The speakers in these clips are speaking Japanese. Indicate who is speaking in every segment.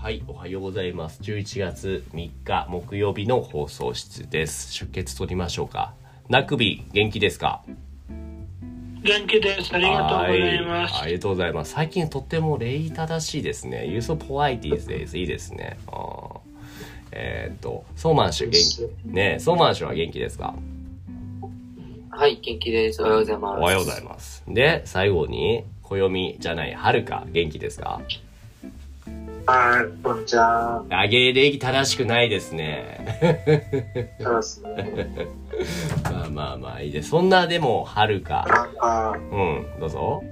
Speaker 1: はい、おはようございます。11月3日木曜日の放送室です。出血取りましょうか。なくび、元気ですか
Speaker 2: 元気です。ありがとうございま
Speaker 1: は
Speaker 2: す。
Speaker 1: ありがとうございます。最近とっても礼儀正しいですね。You're so polite these days. いいですね。あーえーっと、ソーマン氏元気。ねえソーマン氏は元気ですか
Speaker 3: はい、元気です。おはようございます。
Speaker 1: おはようございます。で、最後に、暦じゃない、はるか、元気ですか
Speaker 4: はい、こんにちは。
Speaker 1: あげ礼儀正しくないですね。
Speaker 4: そうですね。
Speaker 1: まあまあまあ、いいです。そんな、でも、はるか。
Speaker 4: なん
Speaker 1: う
Speaker 4: か、
Speaker 1: ん、どうぞ。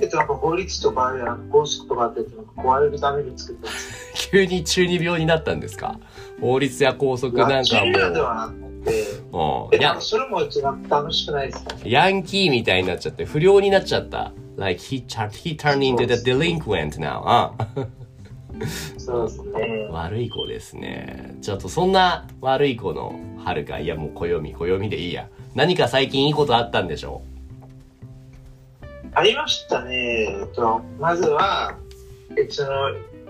Speaker 4: えっと、なんか法律とか、なんか公式とかって、なんか壊れるために作ってます。
Speaker 1: 急に中二病になったんですか法律や校則 なんか
Speaker 4: 中ではなくて、
Speaker 1: もう、う
Speaker 4: え
Speaker 1: ん、
Speaker 4: な
Speaker 1: や
Speaker 4: んかそれもちょっと楽しくないですか
Speaker 1: ヤンキーみたいになっちゃって、不良になっちゃった。Like, he, t u r he turned into the delinquent now. うん
Speaker 4: そうですね。
Speaker 1: 悪い子ですね。ちょっとそんな悪い子の春か、いやもう暦、暦でいいや。何か最近いいことあったんでしょ
Speaker 4: ありましたね。えっと、まずは、えっと、その、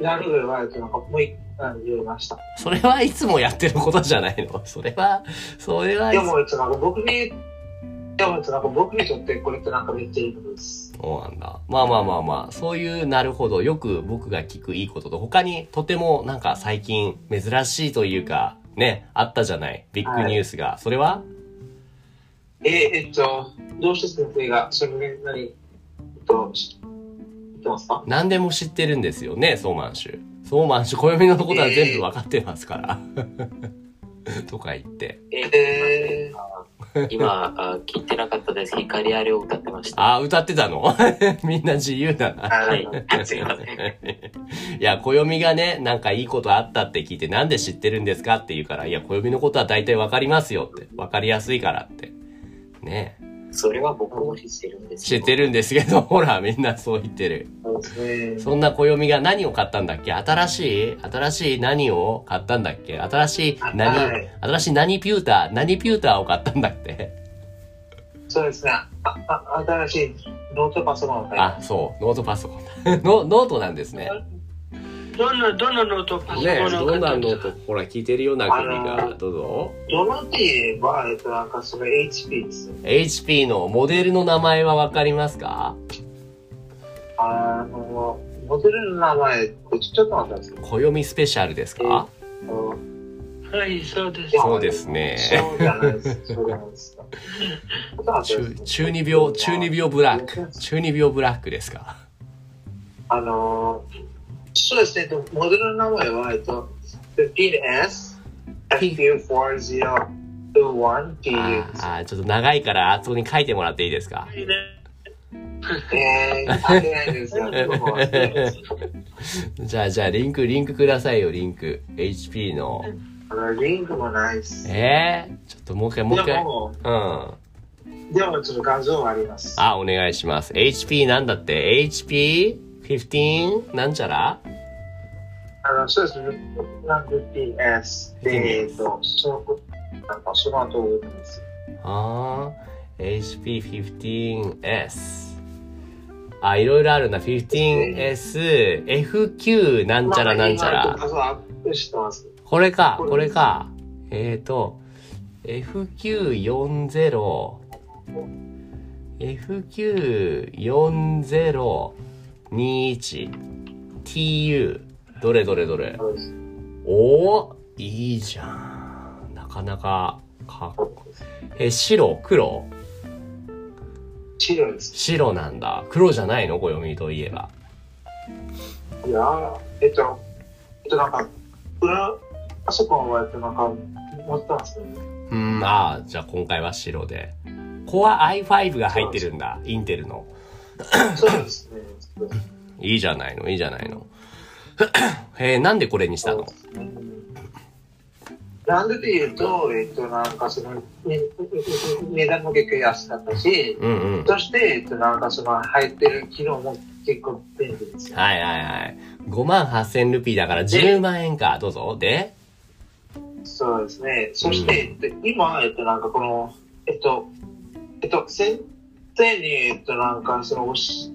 Speaker 4: ラルフは、えっと、なんかもう一回言いました。
Speaker 1: うそれはいつもやってることじゃないのそれは、それはい
Speaker 4: で
Speaker 1: つも。
Speaker 4: も、えっと、なんか僕に、でも、えっと、なんか僕にとってこれってなんかめっちゃいいことです。
Speaker 1: そうなんだ。まあまあまあまあ、そういう、なるほど。よく僕が聞くいいことと、他にとてもなんか最近珍しいというか、ね、あったじゃない。ビッグニュースが。それは
Speaker 4: えー、えっと、どうして先生が、それなりに、えっと、知ってますか
Speaker 1: 何でも知ってるんですよね、ソーマンシュ。ソーマンシュ、暦のことは全部わかってますから。 とか言って。
Speaker 3: えー、今あ、聞いてなかったです。光あれを歌ってました。
Speaker 1: ああ、歌ってたの みんな自由だな。
Speaker 3: は。
Speaker 4: はい
Speaker 3: すいません。
Speaker 1: いや、暦がね、なんかいいことあったって聞いて、なんで知ってるんですかって言うから、いや、暦のことは大体わかりますよって。わかりやすいからって。ねえ
Speaker 3: それは僕も知ってるんです
Speaker 1: 知
Speaker 3: よ。
Speaker 1: ってるんですけど、ほら、みんなそう言ってる。
Speaker 4: そうですね。
Speaker 1: そんな暦が何を買ったんだっけ新しい新しい何を買ったんだっけ新しい何、
Speaker 4: はい
Speaker 1: 新しい何ピューター何ピューターを買ったんだって。
Speaker 4: そうですね。ああ新しいノートパソコンを買いま
Speaker 1: あ、そう、ノートパソコン。 ノノートなんですね。
Speaker 2: どんな、どんなノートパソコン
Speaker 1: ねえ、
Speaker 2: の
Speaker 1: どんなノ
Speaker 2: 方
Speaker 1: ート、ほら、聞いてるような
Speaker 4: あ
Speaker 1: 国
Speaker 4: の
Speaker 1: が。どうぞ。
Speaker 4: す。ドロティは、えっと、なんかその HP ですね。
Speaker 1: HP のモデルの名前はわかりますか
Speaker 4: あの、モデルの名前、ちょっと待ってください。
Speaker 1: 暦スペシャルですか
Speaker 4: あの
Speaker 2: はい、そうです
Speaker 4: い。や
Speaker 1: そうですね。
Speaker 4: そうじゃないです。そうじゃないです。ちょっと待ってくだ
Speaker 1: 中
Speaker 4: さい
Speaker 1: 中二病、中二病ブラック。中二病ブラックですか
Speaker 4: あの、そうですね。でもモデルの名前は、えっと、15S FU4021PU です。
Speaker 1: ああ、ちょっと長いから、あそこに書いてもらっていいですか
Speaker 2: いいね
Speaker 4: えー、関係ないですよ。僕は忘れてます
Speaker 1: じゃあ、じゃあ、リンク、リンクくださいよ、リンク。HP の。
Speaker 4: あのリンクもないです。
Speaker 1: ええちょっともう一回、もう一
Speaker 4: で
Speaker 1: 回。うん。
Speaker 4: も、
Speaker 1: あ、
Speaker 4: でもちょっと画像はあります。
Speaker 1: お願いします。HP なんだって ?HP?15? なんちゃら
Speaker 4: あの、そうですね。なんで PS で、えっと、その、なんかその後を打んです。
Speaker 1: ああ、HP15S。あ、いろいろあるな。15S、F9 なんちゃらなんちゃ
Speaker 4: まあ
Speaker 1: ら。
Speaker 4: 画像アップしてます。
Speaker 1: これか、
Speaker 4: これ
Speaker 1: これか。えっ、ー、と、F940、F94021TU。どれどれどれ。
Speaker 4: そうです
Speaker 1: おーいいじゃん。なかなか、かっこえ、白、黒
Speaker 4: 資料です。
Speaker 1: 白なんだ。黒じゃないの暦といえば。
Speaker 4: いやーえっと、えっと、なんか、裏パソコンはやってなんか、持ってますね。
Speaker 1: うん、ああ、じゃあ今回は白で。Core i5 が入ってるんだ。インテルの。
Speaker 4: そうですね。
Speaker 1: いいじゃないの、いいじゃないの。 えー、なんでこれにしたの
Speaker 4: なんでっていうと、えっと、なんかその、ね値段も結構安かったし、
Speaker 1: うんうん。
Speaker 4: そして、えっと、なんかその、入ってる機能も結構便利です。
Speaker 1: はいはいはい。5万8000ルピーだから10万円か。どうぞ。で
Speaker 4: そうですね。そして、えっと今、えっと、なんかこの、えっと、えっと、先生に、えっと、なんか、その、おし、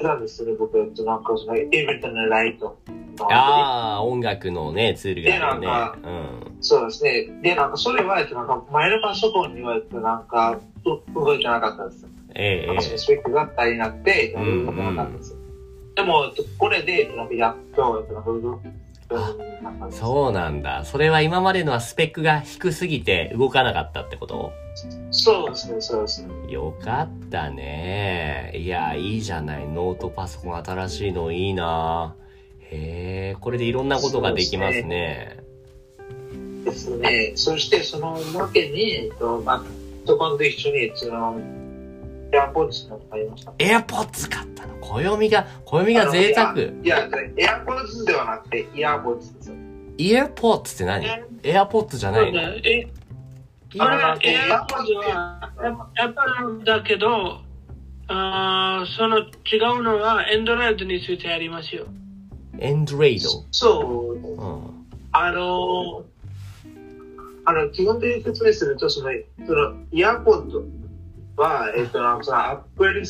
Speaker 4: なんですね、僕、えっと、なんか、その、エベトのライトのア
Speaker 1: ああ、音楽のね、ツールがあるね。
Speaker 4: プリ。そうですね。で、なんか、それは、えっと、なんか、前のパソコンには、えっと、なんか、う動いてなかったんですよ。
Speaker 1: うん。え
Speaker 4: なん
Speaker 1: え
Speaker 4: か、そのスペックが足りなくて、えっと動かなかったんですよ。でも、えっと、これで、えっと、なんか、やっと、えっと、なんか、動くようになったんですよ
Speaker 1: そうなんだ。それは今までのはスペックが低すぎて動かなかったってこと
Speaker 4: そうですね、そうですね。
Speaker 1: よかったね。いや、いいじゃない。ノートパソコン新しいのいいな。へえ、これでいろんなことができますね。
Speaker 4: ですね。そしてそのわけに、えっと、まあ、そこで一緒に、その、エアポッツの買いました。
Speaker 1: エアポッツ買ったの。暦が、暦が贅沢。
Speaker 4: いや、エアポッツではなくて、イヤーポッツですよ。
Speaker 1: イヤーポッツって何
Speaker 2: え
Speaker 1: エアポッツじゃないの
Speaker 2: そうだえ
Speaker 1: イ
Speaker 2: あ
Speaker 1: ヤー
Speaker 2: れはエアポッズはやっぱなんだけどあーその違うのはエンドライドについてありますよ
Speaker 1: エンドレイド。
Speaker 4: そう、
Speaker 1: うん。
Speaker 4: あの、あの、基本的に説明すると、その、その、イヤーポッドは、えっと、なんかその、アップル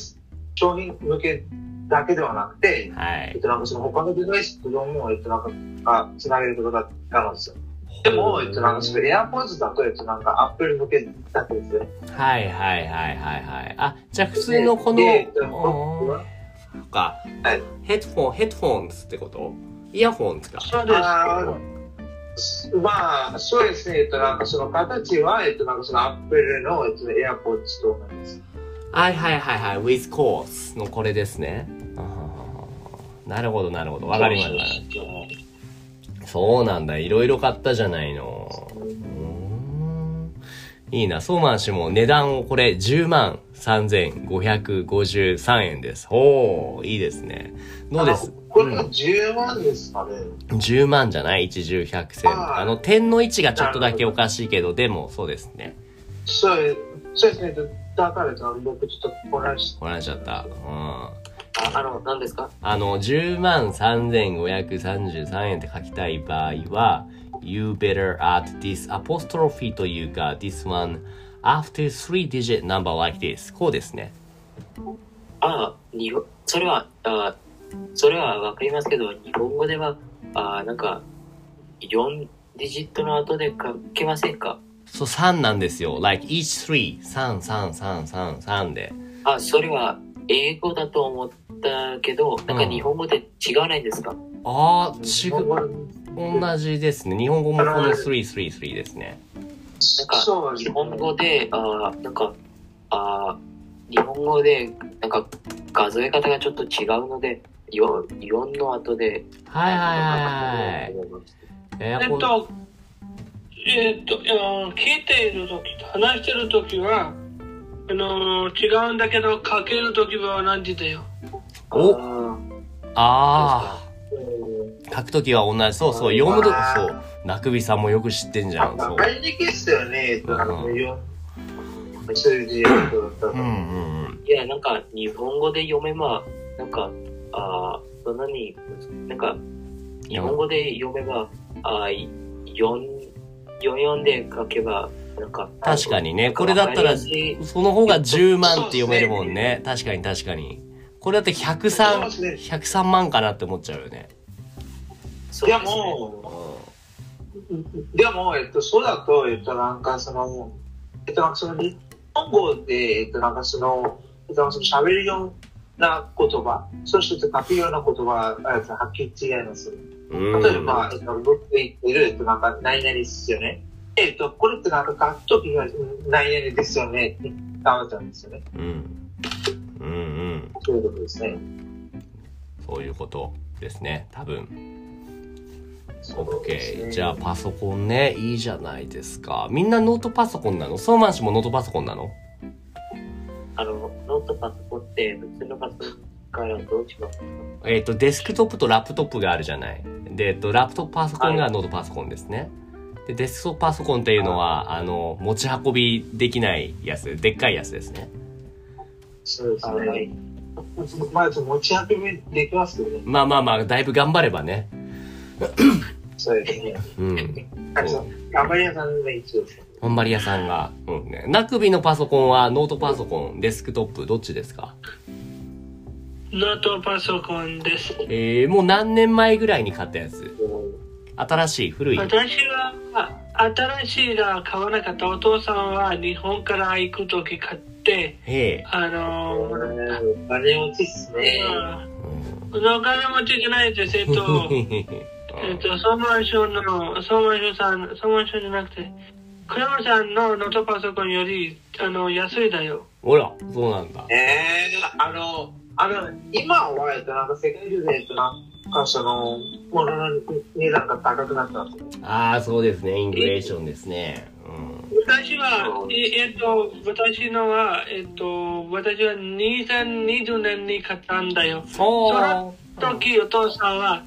Speaker 4: 商品向けだけではなくて、
Speaker 1: は
Speaker 4: えっ
Speaker 1: い。
Speaker 4: と、なんかその、他のデバイスとどうも、えっと、なんか、つなげることだったんですよ。でも、えっと、なんか、そのエアポーズだと、えっと、なんか、アップル向けだったんですよ。
Speaker 1: はいはいはいはいはい。あ、じゃあ普通のこの、
Speaker 4: でえっと
Speaker 1: うんか、
Speaker 4: はい
Speaker 1: ヘッドフォン、ヘッドフォンズってことイヤホンズか。
Speaker 2: そうです
Speaker 4: あーまあ、そうですね、えっと、なんか、その形は、えっと、なんか、そのアップルの、えっと、エアポーズと同じです。
Speaker 1: はいはいはいはい、with course のこれですね。あーなるほどなるほど。わかりまし
Speaker 4: す。
Speaker 1: た。そうなんだ。いろいろ買ったじゃないの。うーんいいな。ソーマン氏も値段をこれ10万3553円です。おー、いいですね。どうです
Speaker 4: これ
Speaker 1: う
Speaker 4: が
Speaker 1: ん
Speaker 4: 10万ですかね。
Speaker 1: 10万じゃない一重百千。
Speaker 4: あー
Speaker 1: あの、点の位置がちょっとだけおかしいけど、でも、そうですね。
Speaker 4: そう、そうですね、だから、えっと僕、ちょっと、これはし、
Speaker 1: 怒られちゃった。うん。
Speaker 3: ああの、何ですか
Speaker 1: あの、10万3533円って書きたい場合は、You better add this apostrophe というか、this one after three digit number like this. こうですね。
Speaker 3: ああ、日本、それは、あそれはわかりますけど、日本語では、あなんか、4ディジットの後で書けませんか
Speaker 1: そう、3なんですよ。like each three. 3、3、3、3、3で。
Speaker 3: あ、それは英語だと思ったけど、なんか日本語で違わないんですか、
Speaker 1: あー、違
Speaker 4: こ
Speaker 1: う。
Speaker 4: れ
Speaker 1: 同じですね。日本語もこの3、3、3ですね。
Speaker 4: そうです
Speaker 3: 日
Speaker 4: ね
Speaker 3: 本語で、あなんか、あ日本語で、なんか、数え方がちょっと違うので、よ4の後で、
Speaker 1: はいはいはいはい。え
Speaker 2: え
Speaker 1: ー、
Speaker 2: っ
Speaker 1: こ
Speaker 2: と、えっと、あの聞いているときと話しているときは、あの、違うんだけど、かけるときは同じだよ。
Speaker 1: おあ
Speaker 3: あ
Speaker 4: うん
Speaker 1: あ、書くときは同じ。そうそう、読むと
Speaker 4: あ、ー
Speaker 1: そう。なくびさんもよく知ってんじゃん。そう
Speaker 4: わ。かりにくいですよね、えっと、なんか
Speaker 1: うん
Speaker 4: よ数字のことだ
Speaker 1: う
Speaker 4: と
Speaker 1: んうんうん。
Speaker 3: いや、なんか、日本語で読めば、なんか、あーそんなに、なんか、日本語で読めば、あー4、44で書けば、なんか、
Speaker 1: 確かにね、
Speaker 3: なんか
Speaker 1: これだった、
Speaker 3: わからりやすい
Speaker 1: その方が10万って読めるもんね。確かに確かに。これだって
Speaker 4: そうで
Speaker 1: 103、
Speaker 4: すね
Speaker 1: 103万かなって思っちゃうよね。
Speaker 3: そう
Speaker 4: で
Speaker 3: ですね
Speaker 4: も、でも、えっと、そうだと、えっと、なんかその、えっと、なんかその、日本語で、えっと、なんかその、えっと、なんかその喋るような言葉、そして書くような言葉が、えっと、はっきり違います。
Speaker 1: うん。
Speaker 4: 例えば、えっと、僕が言ってる、えっと、なんか、何々ですよね。えっと、これってなんか書くときが、うん何々ですよね、って考えちゃうんですよね。
Speaker 1: うん。うんうん。
Speaker 4: そういうことですね。
Speaker 1: そういうことですね、多分。
Speaker 4: そ
Speaker 1: オッ
Speaker 4: うです
Speaker 1: ケ
Speaker 4: ね
Speaker 1: ー。じゃあパソコンね、いいじゃないですか。みんなノートパソコンなのソーマン氏もノートパソコンなの
Speaker 3: あの、ノートパソコンって、普通のパソコンからどう違う
Speaker 1: えっ、と、デスクトップとラップトップがあるじゃない。で、えっと、ラップトップパソコンがノートパソコンですね。で、デスクトップパソコンっていうのは、あの、持ち運びできないやつ、でっかいやつですね。
Speaker 4: そうです
Speaker 3: あの
Speaker 4: ね。まあ、ちょっと持ち運びできますよね。
Speaker 1: まあまあまあ、だいぶ頑張ればね。
Speaker 4: そうですね。
Speaker 1: うん。
Speaker 4: あの頑張り屋さんが一応ですね。
Speaker 1: 本張り屋さんが。うんね。なくびのパソコンはノートパソコン、デスクトップ、どっちですか
Speaker 2: ノートパソコンです。
Speaker 1: えー、もう何年前ぐらいに買ったやつ新しい古い
Speaker 2: 私はあ新しいが買わなかったお父さんは日本から行く時買って
Speaker 1: ええ
Speaker 2: あのー
Speaker 4: お金持ちっすね。
Speaker 1: う
Speaker 2: うんお金持ちじゃないですえっと
Speaker 1: ん
Speaker 2: えっと総務省の総務省さん総務省じゃなくてクラムさんのノートパソコンよりあの安いだよ
Speaker 1: ほらそうなんだ
Speaker 4: ええあの、あの、今は、えっと、なんか世界中で、えっと、なんかその、ものの値段が高くなったんですよ。
Speaker 1: ああそうですねイングレーションですね、うん、
Speaker 2: 私はええっと私のはえっと私は2020年に買ったんだよ
Speaker 1: お
Speaker 2: その時お父さんは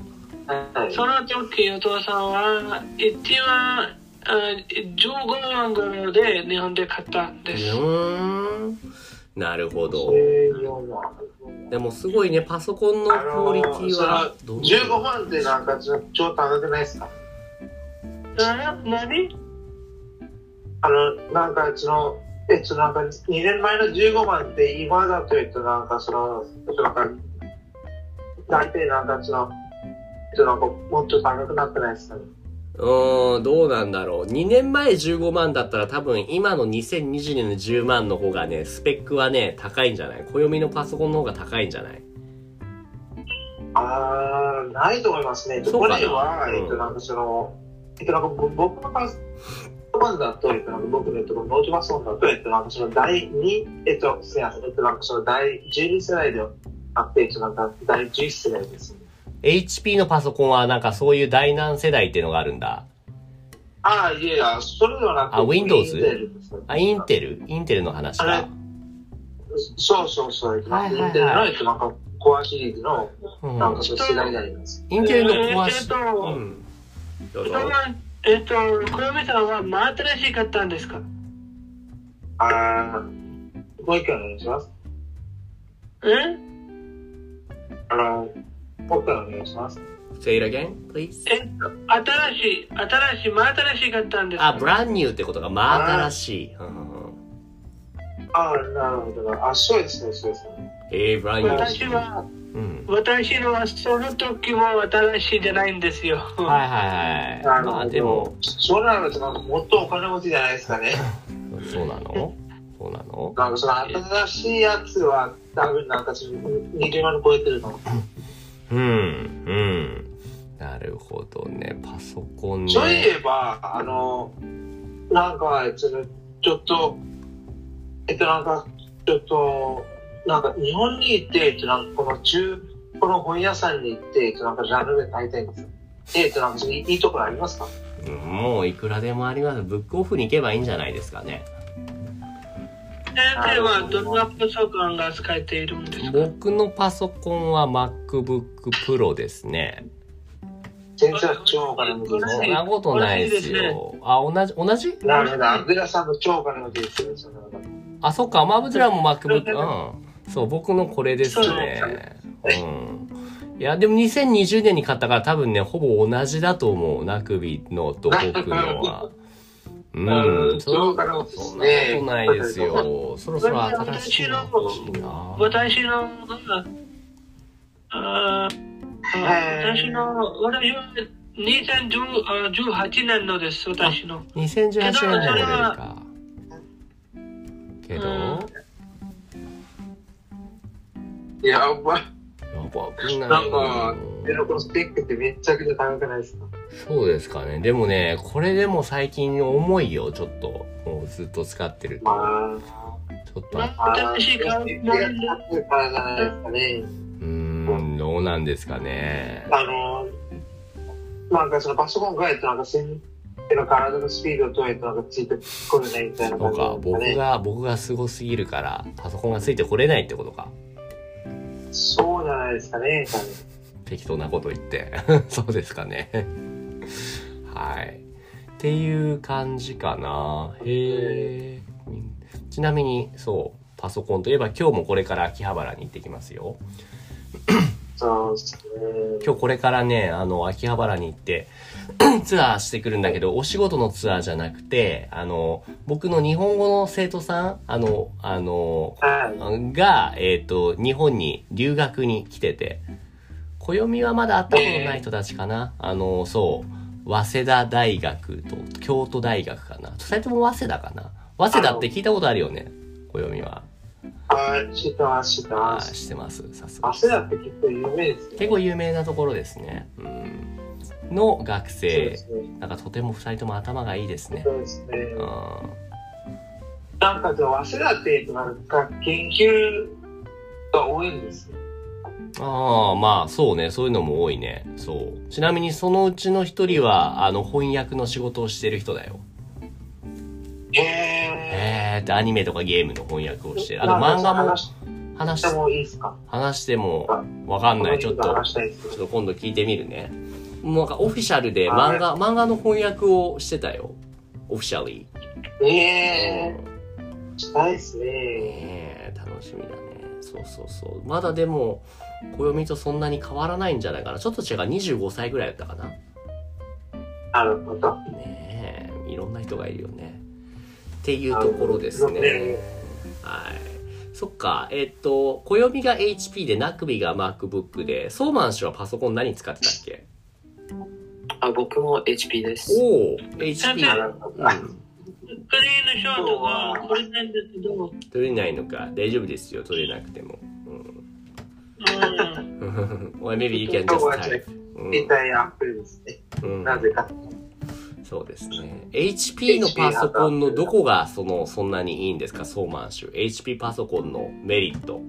Speaker 4: はい。
Speaker 2: その時お父さんは1万あ15万ぐらいで日本で買ったんです、
Speaker 1: ーんなるほど
Speaker 4: 14
Speaker 1: でもすごいねパソコンの
Speaker 4: あ
Speaker 1: クオリティは
Speaker 4: の、その15万ってなんかちょ超高くないですか
Speaker 2: あ何
Speaker 4: あの、なんか、その、えっと、なんか、2年前の15万って、今だと、えっと、なんか、その、えっと、なんか、大体、なんか、その、えっと、なんか、もっと高くなってないですかね。
Speaker 1: うーんどうなんだろう2年前15万だったら多分今の2020年の10万の方がねスペックはね高いんじゃない暦のパソコンの方が高いんじゃない
Speaker 4: あー、ないと思いますね。えっと
Speaker 1: そう
Speaker 4: こ
Speaker 1: かな
Speaker 4: れは、
Speaker 1: うん
Speaker 4: えっと、なんか、その、えっと、なんか、ぼ僕のパソコンだと、えっと、なんか、僕の、えっと、ノートパソコンだと、えっと、なんか、その、第2、えっと、すみません、えっと、なんか、その、第12世代であって、えっと、なんか、第11世代ですね。
Speaker 1: HP のパソコンはなんかそういう第何世代っていうのがあるんだ
Speaker 4: ああ、いやいや、それではなくて、
Speaker 1: あ Windows？
Speaker 4: インテルですね
Speaker 1: あインテルインテルの話
Speaker 4: あれ
Speaker 1: か
Speaker 4: そうそうそう、
Speaker 1: はいはいはい
Speaker 4: インテルの、えっと、なんか、コアシリーズの、
Speaker 1: うん
Speaker 4: なんか、そういう世代になります。
Speaker 1: インテルの壊
Speaker 2: えーっ
Speaker 1: し
Speaker 2: と、
Speaker 1: うんどうぞ
Speaker 2: そのえっと小嫁さんは真新しい買ったんですか
Speaker 4: ああ、もう一回お願いします。
Speaker 2: え
Speaker 4: あの、もう一回お願いします。
Speaker 1: Say it again please
Speaker 2: えっと新しい新しい真新しい買ったんですか
Speaker 1: あブランニューってことが真新しいうんうんうん
Speaker 4: ああ、なるほど。あ、そうですね、そうですね。
Speaker 1: えー、ブランニュー
Speaker 2: 私は
Speaker 1: うん
Speaker 2: 私のはその時も新しいじゃないんですよ
Speaker 1: はいはい
Speaker 4: な
Speaker 1: はい
Speaker 4: るほど
Speaker 1: まあでも
Speaker 4: そうなると、なんか、もっとお金持ちじゃないです かね。
Speaker 1: そうなのそうなの
Speaker 4: なんか、その、新しいやつは、多分、なんか、その20万超えてるの。
Speaker 1: うんうんなるほどねパソコンね
Speaker 4: そういえば、あの、なんか、えっとちょっと、えっと、なんか、ちょっと、なんか、日本に行って、えっと、なんか、この中、この本屋さんに行って、えっと、なんか、ジャンルで買いたいんですよ。えっと、なんか、いいいいところありますか
Speaker 1: うんもういくらでもありますブックオフに行けばいいんじゃないですかね
Speaker 2: 先生はどんなパソコンが使えているんですか
Speaker 1: 僕のパソコンは MacBookPro ですね
Speaker 4: 全然超お金持ちで
Speaker 2: は
Speaker 4: す
Speaker 1: そ
Speaker 2: い
Speaker 1: んなことないですよあ同じ同じ
Speaker 4: なるほど、アブデラさんも超お金持ちですよ。その
Speaker 1: あそっかマブズラも MacBook うんそう僕のこれですねうんいやでも2020年に買ったから多分ねほぼ同じだと思うナクビのと僕のは うん
Speaker 4: 超
Speaker 1: そ
Speaker 4: お金持ちで
Speaker 1: そ
Speaker 4: す
Speaker 1: んなこ
Speaker 4: ね
Speaker 1: と。ないですよそろそろ新しいの欲しいな
Speaker 2: 私のあー
Speaker 4: はい
Speaker 2: 私の私は2018年のです私の
Speaker 1: 2018年のモデルかけど
Speaker 2: う
Speaker 1: や
Speaker 2: ん
Speaker 4: やばい。
Speaker 1: ばくない
Speaker 4: なんかでのこのスペックってめっちゃくちゃ高くないですか
Speaker 1: そうですかねでもねこれでも最近重いよちょっともうずっと使ってる
Speaker 4: ま
Speaker 1: と
Speaker 4: あ。
Speaker 1: ちょっと
Speaker 2: 新しい買い物
Speaker 4: からじゃないですかね。
Speaker 1: うーん、どうなんですかね。
Speaker 4: あの、なんかそのパソコンがえっとなんかせん、えの体のスピードとえっとなんかついてこれないみたいな
Speaker 1: そうか、
Speaker 4: 感じ
Speaker 1: 僕
Speaker 4: ですかね。
Speaker 1: が、僕がすごすぎるから、パソコンがついてこれないってことか。
Speaker 4: そうじゃないですかね。多分
Speaker 1: 適当なこと言って。 そうですかね。はい。っていう感じかな。へえ。ちなみに、そう、パソコンといえば今日もこれから秋葉原に行ってきますよ。
Speaker 4: そうですね。
Speaker 1: 今日これからね、あの、秋葉原に行って、 ツアーしてくるんだけど、お仕事のツアーじゃなくて、あの、僕の日本語の生徒さん、あの、あの、
Speaker 4: は
Speaker 1: が、えっ、と、日本に留学に来てて、暦はまだ会ったことない人たちかな。あの、そう、早稲田大学と京都大学かな。二人とも早稲田かな。早稲田って聞いたことあるよね、暦は。
Speaker 4: い。はい、知ってます、知って
Speaker 1: あ
Speaker 4: ま
Speaker 1: ー
Speaker 4: す。
Speaker 1: してます、さすが
Speaker 4: 汗だって結構有名ですね。
Speaker 1: 結構有名なところですね。うん。の学
Speaker 4: そう
Speaker 1: 生
Speaker 4: で。すね。
Speaker 1: なんかとても二人とも頭がいいですね。
Speaker 4: そうですね。
Speaker 1: うん。
Speaker 4: なんかでも早稲田ってなんか研究が多いんですよ。
Speaker 1: ああ、まあそうね。そういうのも多いね。そう。ちなみにそのうちの一人は、あの、翻訳の仕事をしてる人だよ。
Speaker 4: へ
Speaker 1: えーってアニメとかゲームの翻訳をしてる。あと
Speaker 4: なん
Speaker 1: 漫
Speaker 4: か
Speaker 1: 画も
Speaker 4: 話し
Speaker 1: 話
Speaker 4: て
Speaker 1: し、
Speaker 4: もいいですか
Speaker 1: 話してもわかんない。ちょっと、
Speaker 4: 話したいです
Speaker 1: ちょっと今度聞いてみるね。もうなんかオフィシャルで漫画、漫画の翻訳をしてたよ。オフィシャルに。
Speaker 4: え
Speaker 1: うん
Speaker 4: ー、したいですね。
Speaker 1: ねえ楽しみだねそうそうそうまだでも暦とそんなに変わらないんじゃないかなちょっと違う25歳ぐらいだったかな
Speaker 4: なるほど。
Speaker 1: ねえいろんな人がいるよねっていうところですね
Speaker 4: なる
Speaker 1: はいそっかえっと暦が HP でなくびが MacBook でソーマン氏はパソコン何使ってたっけ
Speaker 3: あ、僕も HP です。
Speaker 1: おお
Speaker 4: な
Speaker 1: HP
Speaker 4: るほど。
Speaker 1: う
Speaker 4: あ
Speaker 1: ん
Speaker 2: スクリーンショートがこれなんですけど、うん、
Speaker 1: 取れないのか大丈夫ですよ取れなくても、うん、or maybe you can
Speaker 4: 今
Speaker 1: just
Speaker 4: 日は
Speaker 1: type うん
Speaker 4: 携帯アップルですね。
Speaker 1: うん
Speaker 4: なぜか。
Speaker 1: そうですね。HP のパソコンのどこがそのそんなにいいんですか、ソーマン氏。HP パソコンのメリット。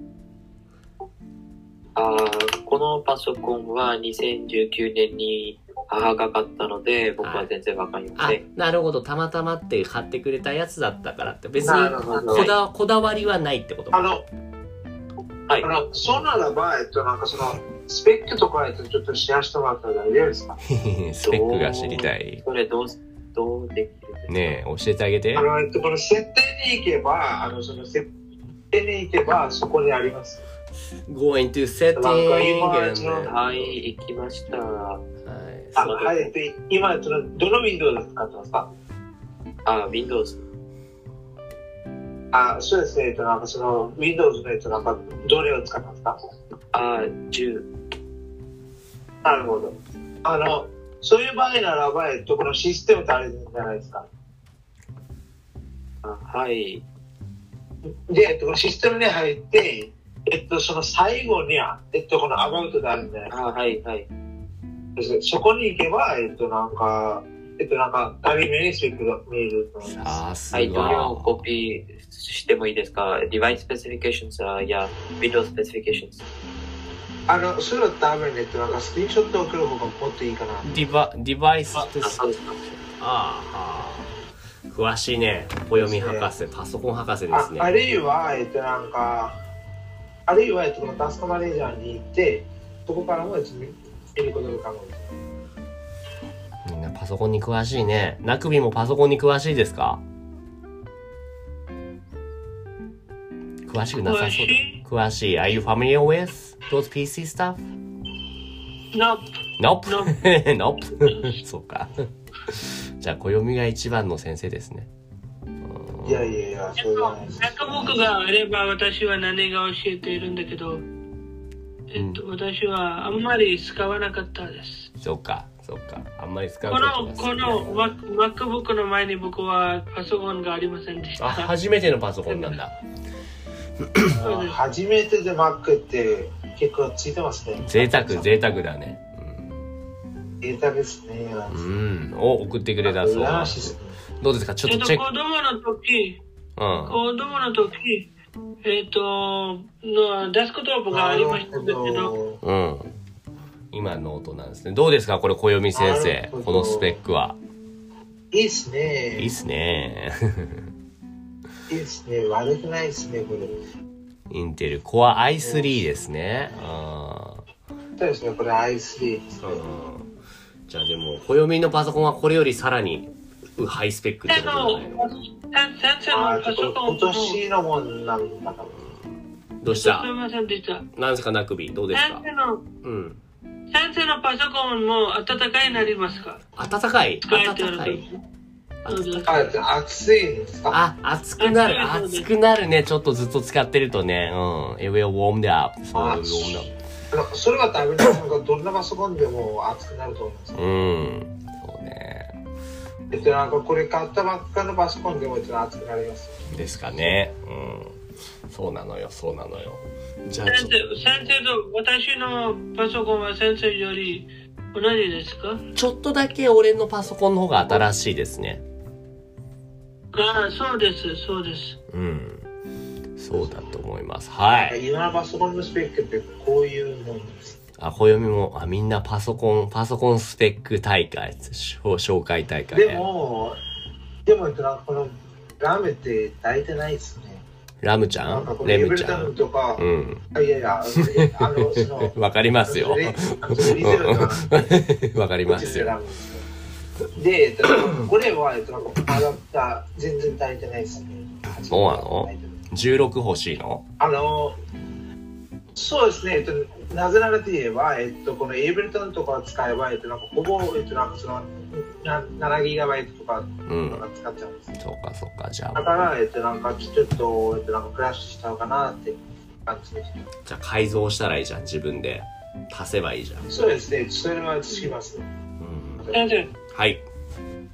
Speaker 3: あーこのパソコンは2019年に母が買ったので、僕は全然わかりま
Speaker 1: あ
Speaker 3: せん。、
Speaker 1: なるほど。たまたまって買ってくれたやつだったからって。別
Speaker 4: な
Speaker 1: に
Speaker 4: るほど
Speaker 1: こ。だこだわりはないってこと
Speaker 4: あの、
Speaker 3: はい
Speaker 4: あの、そうならば、えっと、なんかその、スペックとか、えっと、ちょっとシェアしてもらったら大丈夫です か
Speaker 1: スペックが知りたい。
Speaker 3: それどう、どうできるんですか
Speaker 1: ねえ、教えてあげて
Speaker 4: あ。の、えっと、この設定に行けば、あの、その、設定に行けば、そこにあります。
Speaker 1: going to setting
Speaker 4: なんか今うちの
Speaker 1: は。
Speaker 3: はいい、行きました。
Speaker 4: あ
Speaker 1: は
Speaker 4: の、はい、で、今、その、どの Windows 使ってますか
Speaker 3: あ、Windows。
Speaker 4: あ、そうですね、えっと、なんかその、Windows のやつ、なんか、どれを使ってますか
Speaker 3: あ、10。
Speaker 4: なるほど。あの、そういう場合ならば、えっと、このシステムってあれじゃないですか。
Speaker 3: あはい。
Speaker 4: で、えっと、このシステムに入って、えっと、その最後に、えっと、このアバウトであるんじゃない
Speaker 3: あ、はい、はい。
Speaker 4: ですか。そこに行けば、えっと、なんか、えっと、なんか、ダビメにスイッチが見えると思い
Speaker 1: い。
Speaker 4: ます。
Speaker 1: さす
Speaker 3: はい、どれを
Speaker 1: が。
Speaker 3: コピーしてもいいですか ?Device specifications あや Windows specifications。
Speaker 4: あの、それは多分ね、えっと、なんか、スクリーンショットを送る方がもっといいかな。
Speaker 1: デバデバイス
Speaker 3: あ、
Speaker 1: として
Speaker 3: そうですか。
Speaker 1: ああ、詳しいね。暦博士、パソコン博士で
Speaker 4: あ
Speaker 1: すね。
Speaker 4: あるいは、えっと、なんか、あるいは、えっと、このタスクマネージャーに行って、そこからも、えっと、見ることが可能です。
Speaker 1: みんなパソコンに詳しいね。ナクビもパソコンに詳しいですか詳しくなさそうだ
Speaker 2: 詳しい。
Speaker 1: 詳しい。Are you familiar with those PC stuff?
Speaker 2: な
Speaker 1: Nope. nope. そうか。 じゃあ、暦が一番の先生ですね。
Speaker 4: いやいやいや、そうじゃないです。
Speaker 2: 中僕があれば私は何が教えているんだけど、えっと、私はあんまり使わなかったです。
Speaker 1: そうか、そうか。あんまり使う
Speaker 2: こ
Speaker 1: ことが
Speaker 2: の
Speaker 1: 少
Speaker 2: こ
Speaker 1: ない
Speaker 2: の Mac- MacBook の前に僕はパソコンがありませんでし
Speaker 1: あ、
Speaker 2: た。
Speaker 1: 初めてのパソコンなんだ。
Speaker 2: そうです
Speaker 4: 初めてで Mac って結構ついてますね。
Speaker 1: 贅沢、贅沢だね。
Speaker 4: データですね。
Speaker 1: うん。うん。を送ってくれたそう
Speaker 4: 羨
Speaker 1: な
Speaker 4: ま
Speaker 1: ん
Speaker 4: し
Speaker 1: で
Speaker 4: いです
Speaker 1: す
Speaker 4: ね。。
Speaker 1: どうですかちょっ
Speaker 2: えっ
Speaker 1: と
Speaker 2: と、
Speaker 1: チェ
Speaker 2: 子
Speaker 1: ック。
Speaker 2: 供の時、
Speaker 1: うん。
Speaker 2: 子供の時、えっと、のデスクトップがありましたけど、
Speaker 1: うん。今の音なんですね。どうですかこれ、暦先
Speaker 4: な
Speaker 1: 生
Speaker 4: るほ。ど
Speaker 1: このスペックは。
Speaker 4: いいですね。
Speaker 1: いいっすね。
Speaker 4: いいですね。悪くないですね、これ。
Speaker 1: インテル、コア i3 ですね。うん
Speaker 4: そうですね、これ i3 ですね。
Speaker 1: うん。じゃあでも、暦のパソコンはこれよりさらに、うハイスペックって
Speaker 2: 先
Speaker 1: こと
Speaker 2: 生
Speaker 1: じゃないの
Speaker 2: の先生
Speaker 4: あ
Speaker 2: の
Speaker 4: ーちょ
Speaker 2: パ
Speaker 4: っと
Speaker 2: ソ
Speaker 4: 今
Speaker 2: コンも
Speaker 4: 年のもんなんだから。
Speaker 1: どうした
Speaker 2: すみませんでした。
Speaker 1: なんですか、なくび、どうです
Speaker 2: 先
Speaker 1: か
Speaker 2: 生の、
Speaker 1: うん。
Speaker 2: 先生のパソコンも温かいなりますか
Speaker 1: 暖かい
Speaker 2: 使え
Speaker 1: 暖
Speaker 2: てる
Speaker 1: かい
Speaker 2: 時。
Speaker 1: 暖かい
Speaker 4: あ、暑いんですか
Speaker 1: あ、暑くなる。
Speaker 2: 暑いです
Speaker 1: 暑くなるね。ちょっとずっと使ってるとね。うん。It will warm up. そう、
Speaker 4: あ
Speaker 1: it will warm up.
Speaker 4: あのそれがダメだ。なんかどんなパソコンでも熱くなると思います。
Speaker 1: うん。そうね。
Speaker 4: えっと、なんかこれ買ったばっかのパソコンでもえっと熱くなります。
Speaker 1: ですかね。うん。そうなのよ、そうなのよ。じゃあ、ち
Speaker 2: 先
Speaker 1: ょ
Speaker 2: 生、先生と私のパソコンは先生より同じですか
Speaker 1: ちょっとだけ俺のパソコンの方が新しいですね。
Speaker 2: ああ、そうです、そうです。
Speaker 1: うん。そうだと思います。はい。
Speaker 4: 今のパソコンのスペックってこういうもんです。
Speaker 1: あ、暦も、あ、みんなパソコン、パソコンスペック大会、しょ紹介大会、
Speaker 4: で
Speaker 1: ね。
Speaker 4: も、でもえっと、なんかこのラメって大体ないですね。
Speaker 1: ラムち
Speaker 4: な
Speaker 1: ゃ
Speaker 4: んかこ
Speaker 1: ん
Speaker 4: のレ
Speaker 1: レ
Speaker 4: ベ
Speaker 1: ム
Speaker 4: ル
Speaker 1: ち
Speaker 4: ダ
Speaker 1: ゃ
Speaker 4: ウン
Speaker 1: ん
Speaker 4: とか
Speaker 1: う、ん。
Speaker 4: いやいや、あの、その、
Speaker 1: わかりますよ。 わかりますよ。
Speaker 4: で、えっとこれは、えっと、なんか、アダプター全然足りてないですね。
Speaker 1: そうなの16欲しいの
Speaker 4: あの、そうですね、えっと、なぜならといえば、えっと、このエイブルトンとかを使えば、えっと、なんか、ほぼ、えっと、なんか、その、な 7GB とか、
Speaker 1: うん。
Speaker 4: 使っちゃうんです。
Speaker 1: そうか、そうか。じゃ
Speaker 4: だ
Speaker 1: あ、
Speaker 4: から、えっと、なんか、ちょっと、えっと、なんか、クラッシュしたのかなって感じです。
Speaker 1: じゃあ改造したらいいじゃん。自分で。足せばいいじゃん。
Speaker 4: そうですね、それはつきますね。
Speaker 1: うん。
Speaker 2: 先生、
Speaker 1: はい。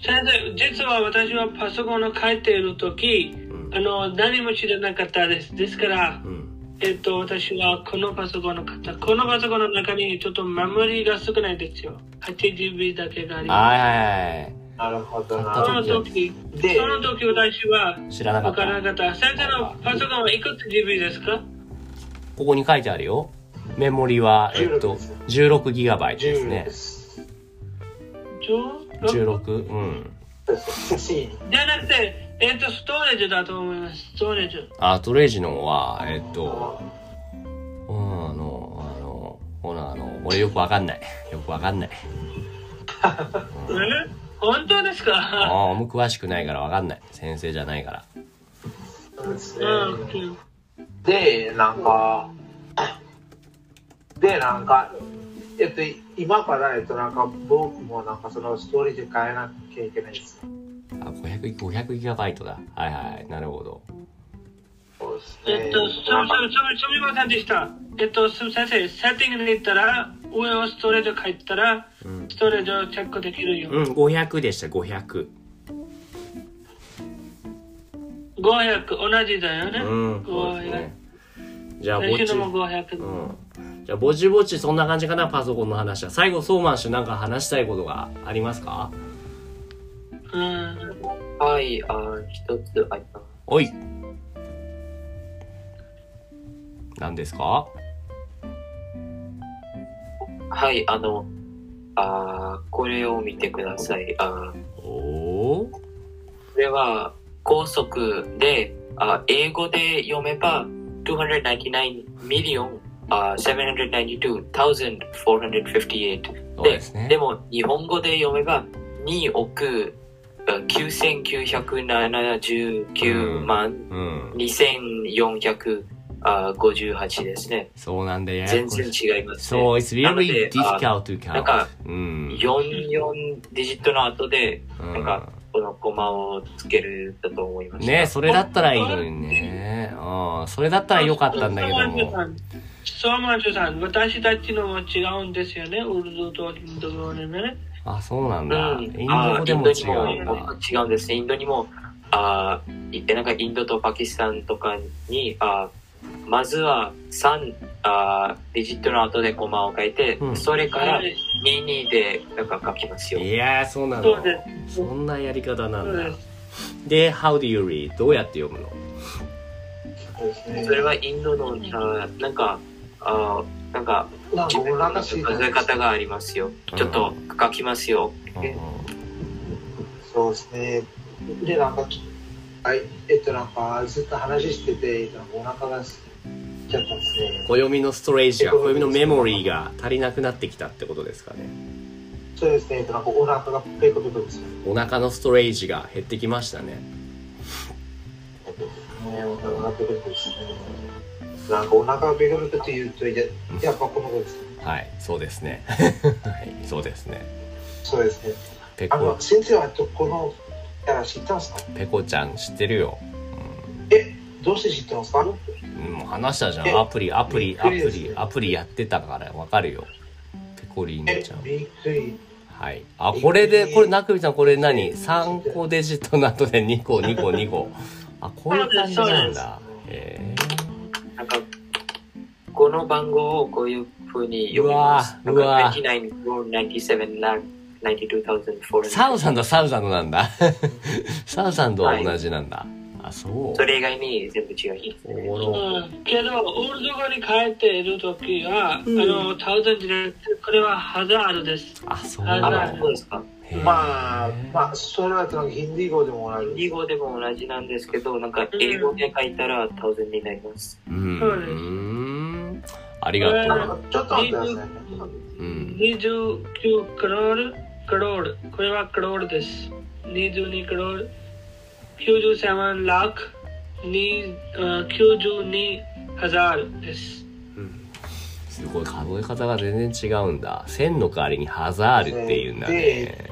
Speaker 2: 先生、実は私はパソコンを書いているとき、
Speaker 1: うん
Speaker 2: あ。の、何も知らなかったです。ですから、
Speaker 1: うん。
Speaker 2: えっと、私はこのパソコンの方、このパソコンの中にちょっとメモリが少ないですよ。8GB だけがありま
Speaker 1: はいはいはい。
Speaker 4: なるほど
Speaker 2: す。そ
Speaker 4: な。
Speaker 2: の時、
Speaker 4: で、
Speaker 2: その時私は
Speaker 1: 知らなか
Speaker 2: 分
Speaker 1: っ
Speaker 2: から
Speaker 1: た。
Speaker 2: なかった。先生のパソコンはいくつ GB ですか
Speaker 1: ここに書いてあるよ。メモリは、えっと、16GB です
Speaker 4: 10
Speaker 1: ね
Speaker 4: で。す。
Speaker 2: ?16?
Speaker 1: 16? うん。
Speaker 4: 写真。
Speaker 2: じゃなくて、えっと、ストレージだと思います。ストレージ。
Speaker 1: あ、ストレージのは、えっと、うん、あの、あの、ほら、あの、俺よくわかんない。 よくわかんない。
Speaker 2: え本当です
Speaker 1: あ
Speaker 2: か
Speaker 1: あ、もう詳しくないからわかんない。先生じゃないから。
Speaker 4: そうです
Speaker 2: う
Speaker 4: ね。
Speaker 2: ん、OK
Speaker 4: で、なんか、で、なんか、えっと、今から、えっと、なんか、僕もなんか、そのストーリーで変えなきゃいけないです。
Speaker 1: あ、500、500ギガバイトだ。はいはい、なるほど。
Speaker 4: そうです
Speaker 2: えっと、すみ
Speaker 4: なんか
Speaker 2: ませんでした。えっと、すみません、セッティングに行ったら、上をストレージ入ったら、
Speaker 1: うん。
Speaker 2: ストレージをチェックできるよ。
Speaker 1: うん、500でした、500。
Speaker 2: 500、同じだよね。
Speaker 1: うん、そうですね。じゃあ、ぼ
Speaker 2: 私
Speaker 1: ち、
Speaker 2: のも500。
Speaker 1: うん。じゃあ、ぼちぼちそんな感じかな、パソコンの話は。最後、ソーマン氏なんか話したいことがありますか
Speaker 2: うん。
Speaker 3: はい、あー一つあります。
Speaker 1: おい。何ですか
Speaker 3: はい、あの、あーこれを見てください。あー
Speaker 1: おお
Speaker 3: これは高速で、あー英語で読めば、299 million あー792,458
Speaker 1: そうですね。
Speaker 3: でも日本語で読めば2億あ9979万
Speaker 1: うん。
Speaker 3: 2458ですね。
Speaker 1: そうなんだよ。
Speaker 3: 全然違いますね。
Speaker 1: そう、it's
Speaker 3: なの
Speaker 1: really
Speaker 3: で
Speaker 1: difficult to
Speaker 3: な
Speaker 1: count.
Speaker 3: んか
Speaker 1: うん。
Speaker 3: 44ディジットの後で
Speaker 1: うん
Speaker 3: なんかこのコマをつけるだと思いました。
Speaker 1: ねそれだったらいいのにね。うん。それだったらよかったんだけども。。
Speaker 2: ソーマンチュさん、私たちのも違うんですよね、ウルドとインド語でね。
Speaker 1: あ、そうなん
Speaker 3: う
Speaker 1: だ。
Speaker 3: ん
Speaker 1: インド
Speaker 3: あ
Speaker 1: 語
Speaker 3: ー
Speaker 1: でも違うん
Speaker 3: インド
Speaker 1: だ。
Speaker 3: にも違うんですね。インドにも、あーいなんかインドとパキスタンとかに、あーまずは3あーディジットの後でコマを書いて、
Speaker 1: うん
Speaker 3: それから
Speaker 2: はい
Speaker 3: 22でなんか書きますよ。
Speaker 1: いやー、そうな
Speaker 2: そう
Speaker 1: の
Speaker 2: で。
Speaker 1: そんなやり方な
Speaker 2: そ
Speaker 1: ん
Speaker 2: う
Speaker 1: だ
Speaker 2: で。す。
Speaker 1: で、how do you read? どうやって読むの
Speaker 4: そうですね
Speaker 3: それはインドのあーなんか、あーなんか
Speaker 4: なんか
Speaker 3: 自分
Speaker 4: お
Speaker 3: の
Speaker 4: 腹
Speaker 3: 数
Speaker 4: すいた
Speaker 3: え方がありますよ。ちょっと書きますよ。え
Speaker 4: そうですね。で、なんか、はい、えっと、なんか、ずっと話してて、えっと、なんかお腹がすいちゃったんですね。
Speaker 1: 暦のストレージが、暦のメモリーが足りなくなってきたってことですかね。
Speaker 4: そうですね、えっと、なんか、お腹がペコペコですね。
Speaker 1: お腹のストレージが減ってきましたね。
Speaker 4: ねお腹がペコペコですね。なんかお腹がベロベロって言うと、ややっぱこの子ですね。
Speaker 1: はい、そうです ね。はい、そうですね。
Speaker 4: そうですね。
Speaker 1: ペ
Speaker 4: あ
Speaker 1: コ
Speaker 4: の、、先生はとこのキャラ知ってますか
Speaker 1: ペコちゃん知ってるよ。
Speaker 4: え、どうして知ってますか
Speaker 1: うん、もう話したじゃ
Speaker 4: え
Speaker 1: ん。アプリ、アプ
Speaker 4: び
Speaker 1: リ、
Speaker 4: っ
Speaker 1: ア
Speaker 4: く
Speaker 1: プ
Speaker 4: りですね
Speaker 1: リ、アプリやってたからわかるよ。ペコリー
Speaker 4: え
Speaker 1: ヌちゃん、。
Speaker 4: びっくり。
Speaker 1: はい。あ、これで、これ、なくみちゃん、これ何 ?3 個デジットの後で2個、2個、2個。 あ、こういう感じなんだ。え
Speaker 3: なんか、この番号をこういう風に読みます。
Speaker 1: うわ
Speaker 3: なんか29,497 92,400
Speaker 1: ー、サウザンド、サウザンドなんだ。サウザンドは同じなんだ。あ、そう
Speaker 3: そ。れ以外に全部違う人。
Speaker 1: おも
Speaker 2: う
Speaker 1: ろ。
Speaker 2: ん、けどオールドがに帰っている時は、あのタウゼンじゃなくてこれはハザードです
Speaker 1: あ、そう
Speaker 3: あ
Speaker 1: な、ん
Speaker 3: そう
Speaker 1: だ。
Speaker 3: ですか。
Speaker 1: へー
Speaker 4: まあ、まあ、それはなんかヒンディー語でももらえる。
Speaker 3: 英語でも同じなんですけど、なんか英語で書いたら1000になります。
Speaker 1: う
Speaker 2: そうです
Speaker 1: ん。ありがとう。
Speaker 4: ちょっと待ってくださいね。
Speaker 1: うん。
Speaker 2: 29クロールクロールこれはクロールです22クロール97ラクにあ92ハザードです
Speaker 1: すごい、数え方が全然違うんだ。千の代わりにハザールっていうんだね。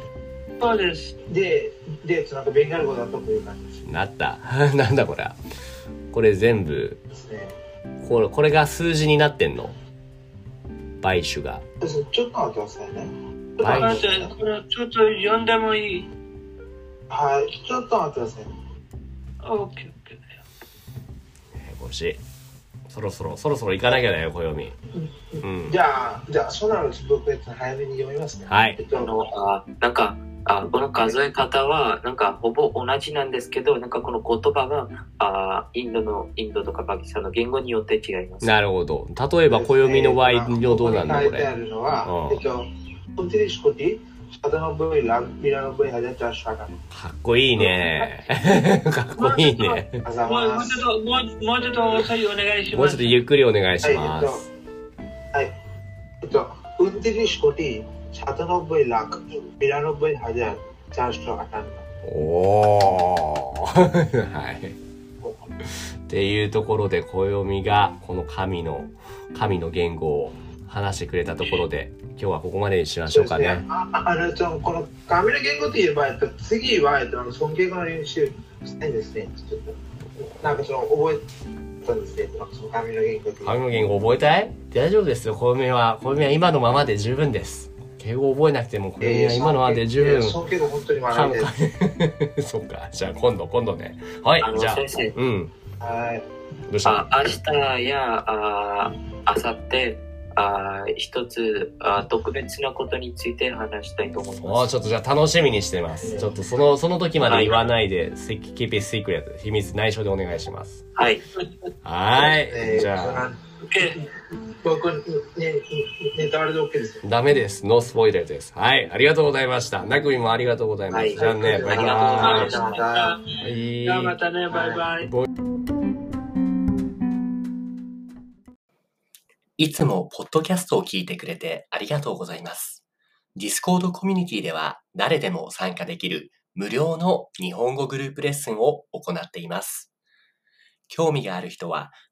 Speaker 2: そうです
Speaker 4: で、で、なんかベンガル語だったという感じ
Speaker 1: なった。 なんだこれ。これ全部、
Speaker 4: ですね。
Speaker 1: これ、これが数字になってんの買収が。
Speaker 4: ちょっと待ってくださいね。
Speaker 1: はい
Speaker 2: 待ってこれちょっと読んでもいい
Speaker 4: はい、ちょっと待ってくださいね。
Speaker 2: オッケー
Speaker 1: えー、しそろそろ、そろそろ行かなきゃだよ、暦。うん
Speaker 4: じ。ゃあ、じゃあ、そうなのです。僕、えっと早めに読みますね。
Speaker 1: はい
Speaker 4: えっ
Speaker 3: あ
Speaker 4: と、
Speaker 3: のあなんかあ、この数え方は、なんかほぼ同じなんですけど、なんかこの言葉が、あインドの、インドとかパキスタンの言語によって違います。
Speaker 1: なるほど。例えば、暦の場合、どうなんだ、
Speaker 4: こ
Speaker 1: こ
Speaker 4: こに書いてあ
Speaker 1: れ。
Speaker 4: るのは、
Speaker 1: う
Speaker 4: え
Speaker 1: ん
Speaker 4: っと、29コティ、99ラン、99ハザチャシャガン。
Speaker 1: かっこいいね。かっこいいね。
Speaker 4: あざ
Speaker 2: もうも
Speaker 4: ま
Speaker 2: う
Speaker 4: す
Speaker 2: ち。ょっともうもうちょっと遅いお願いし
Speaker 1: もうちょっ
Speaker 2: ます
Speaker 1: とゆっくりお願いし
Speaker 4: はい、えっ
Speaker 1: ま
Speaker 4: と
Speaker 1: す。、
Speaker 4: はい。えっと、29コティ、99ラン、99ハザチャシャガン。
Speaker 1: おーはい。っていうところで、暦がこの神の、神の言語を話してくれたところで、今日はここまでにしましょうかね。
Speaker 4: あああのちょこの紙の言語といえば、えっと、次は、えっと、あの尊敬語の練習したいんですね。ちょっとなんかその覚えたんですね。その紙の言語という
Speaker 1: 神の言語覚えたい大丈夫ですよ。暦は、暦は今のままで十分です。敬語覚えなくても、暦は今のままで十
Speaker 4: えー
Speaker 1: 分。
Speaker 4: 尊敬語本当に学びたいで す。
Speaker 1: そっか。じゃあ今度、今度ね。はい
Speaker 3: あ、の
Speaker 1: じゃあ。
Speaker 3: 先生
Speaker 1: うん。
Speaker 4: はい。
Speaker 1: どうした
Speaker 3: あ明日やあ明後日あ一つあ特別なことについて話したいと思い
Speaker 1: お
Speaker 3: ま
Speaker 1: ー
Speaker 3: す。
Speaker 1: ちょっとじゃあ楽しみにしてます。ちょっとその、その時まで言わないで、セキキピシークレット、秘密内緒でお願いします。
Speaker 3: はい。
Speaker 1: は
Speaker 4: え
Speaker 1: ーい。
Speaker 4: ー
Speaker 1: じゃあ、
Speaker 4: 僕、ね、ねネタバレで OK ですよ。
Speaker 1: ダメです。ノースポイラーです。はい。ありがとうございました。ナクミもありがとうございます。
Speaker 3: はい
Speaker 1: じゃあね、バイバ
Speaker 3: あ
Speaker 1: ー
Speaker 3: りがとうございました
Speaker 4: また
Speaker 2: um,
Speaker 1: イ。
Speaker 2: じゃあ
Speaker 1: は
Speaker 2: またねバイバイ
Speaker 1: い。ボ
Speaker 5: いつもポッドキャストを聞いてくれてありがとうございます。Discord コミュニティでは誰でも参加できる無料の日本語グループレッスンを行っています。興味がある人は